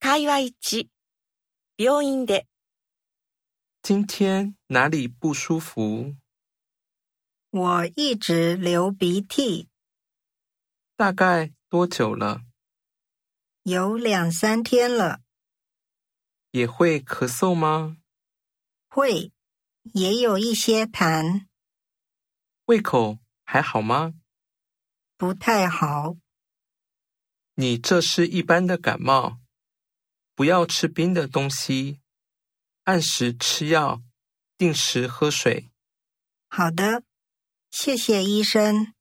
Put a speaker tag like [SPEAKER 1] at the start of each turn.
[SPEAKER 1] 会話1、病院で、
[SPEAKER 2] 今天哪里不舒服？
[SPEAKER 3] 我一直流鼻涕，
[SPEAKER 2] 大概多久了？
[SPEAKER 3] 有两三天了，
[SPEAKER 2] 也会咳嗽吗？
[SPEAKER 3] 会也有一些痰，
[SPEAKER 2] 胃口还好吗？
[SPEAKER 3] 不太好。
[SPEAKER 2] 你这是一般的感冒，不要吃冰的东西，按时吃药，定时喝水。
[SPEAKER 3] 好的，谢谢医生。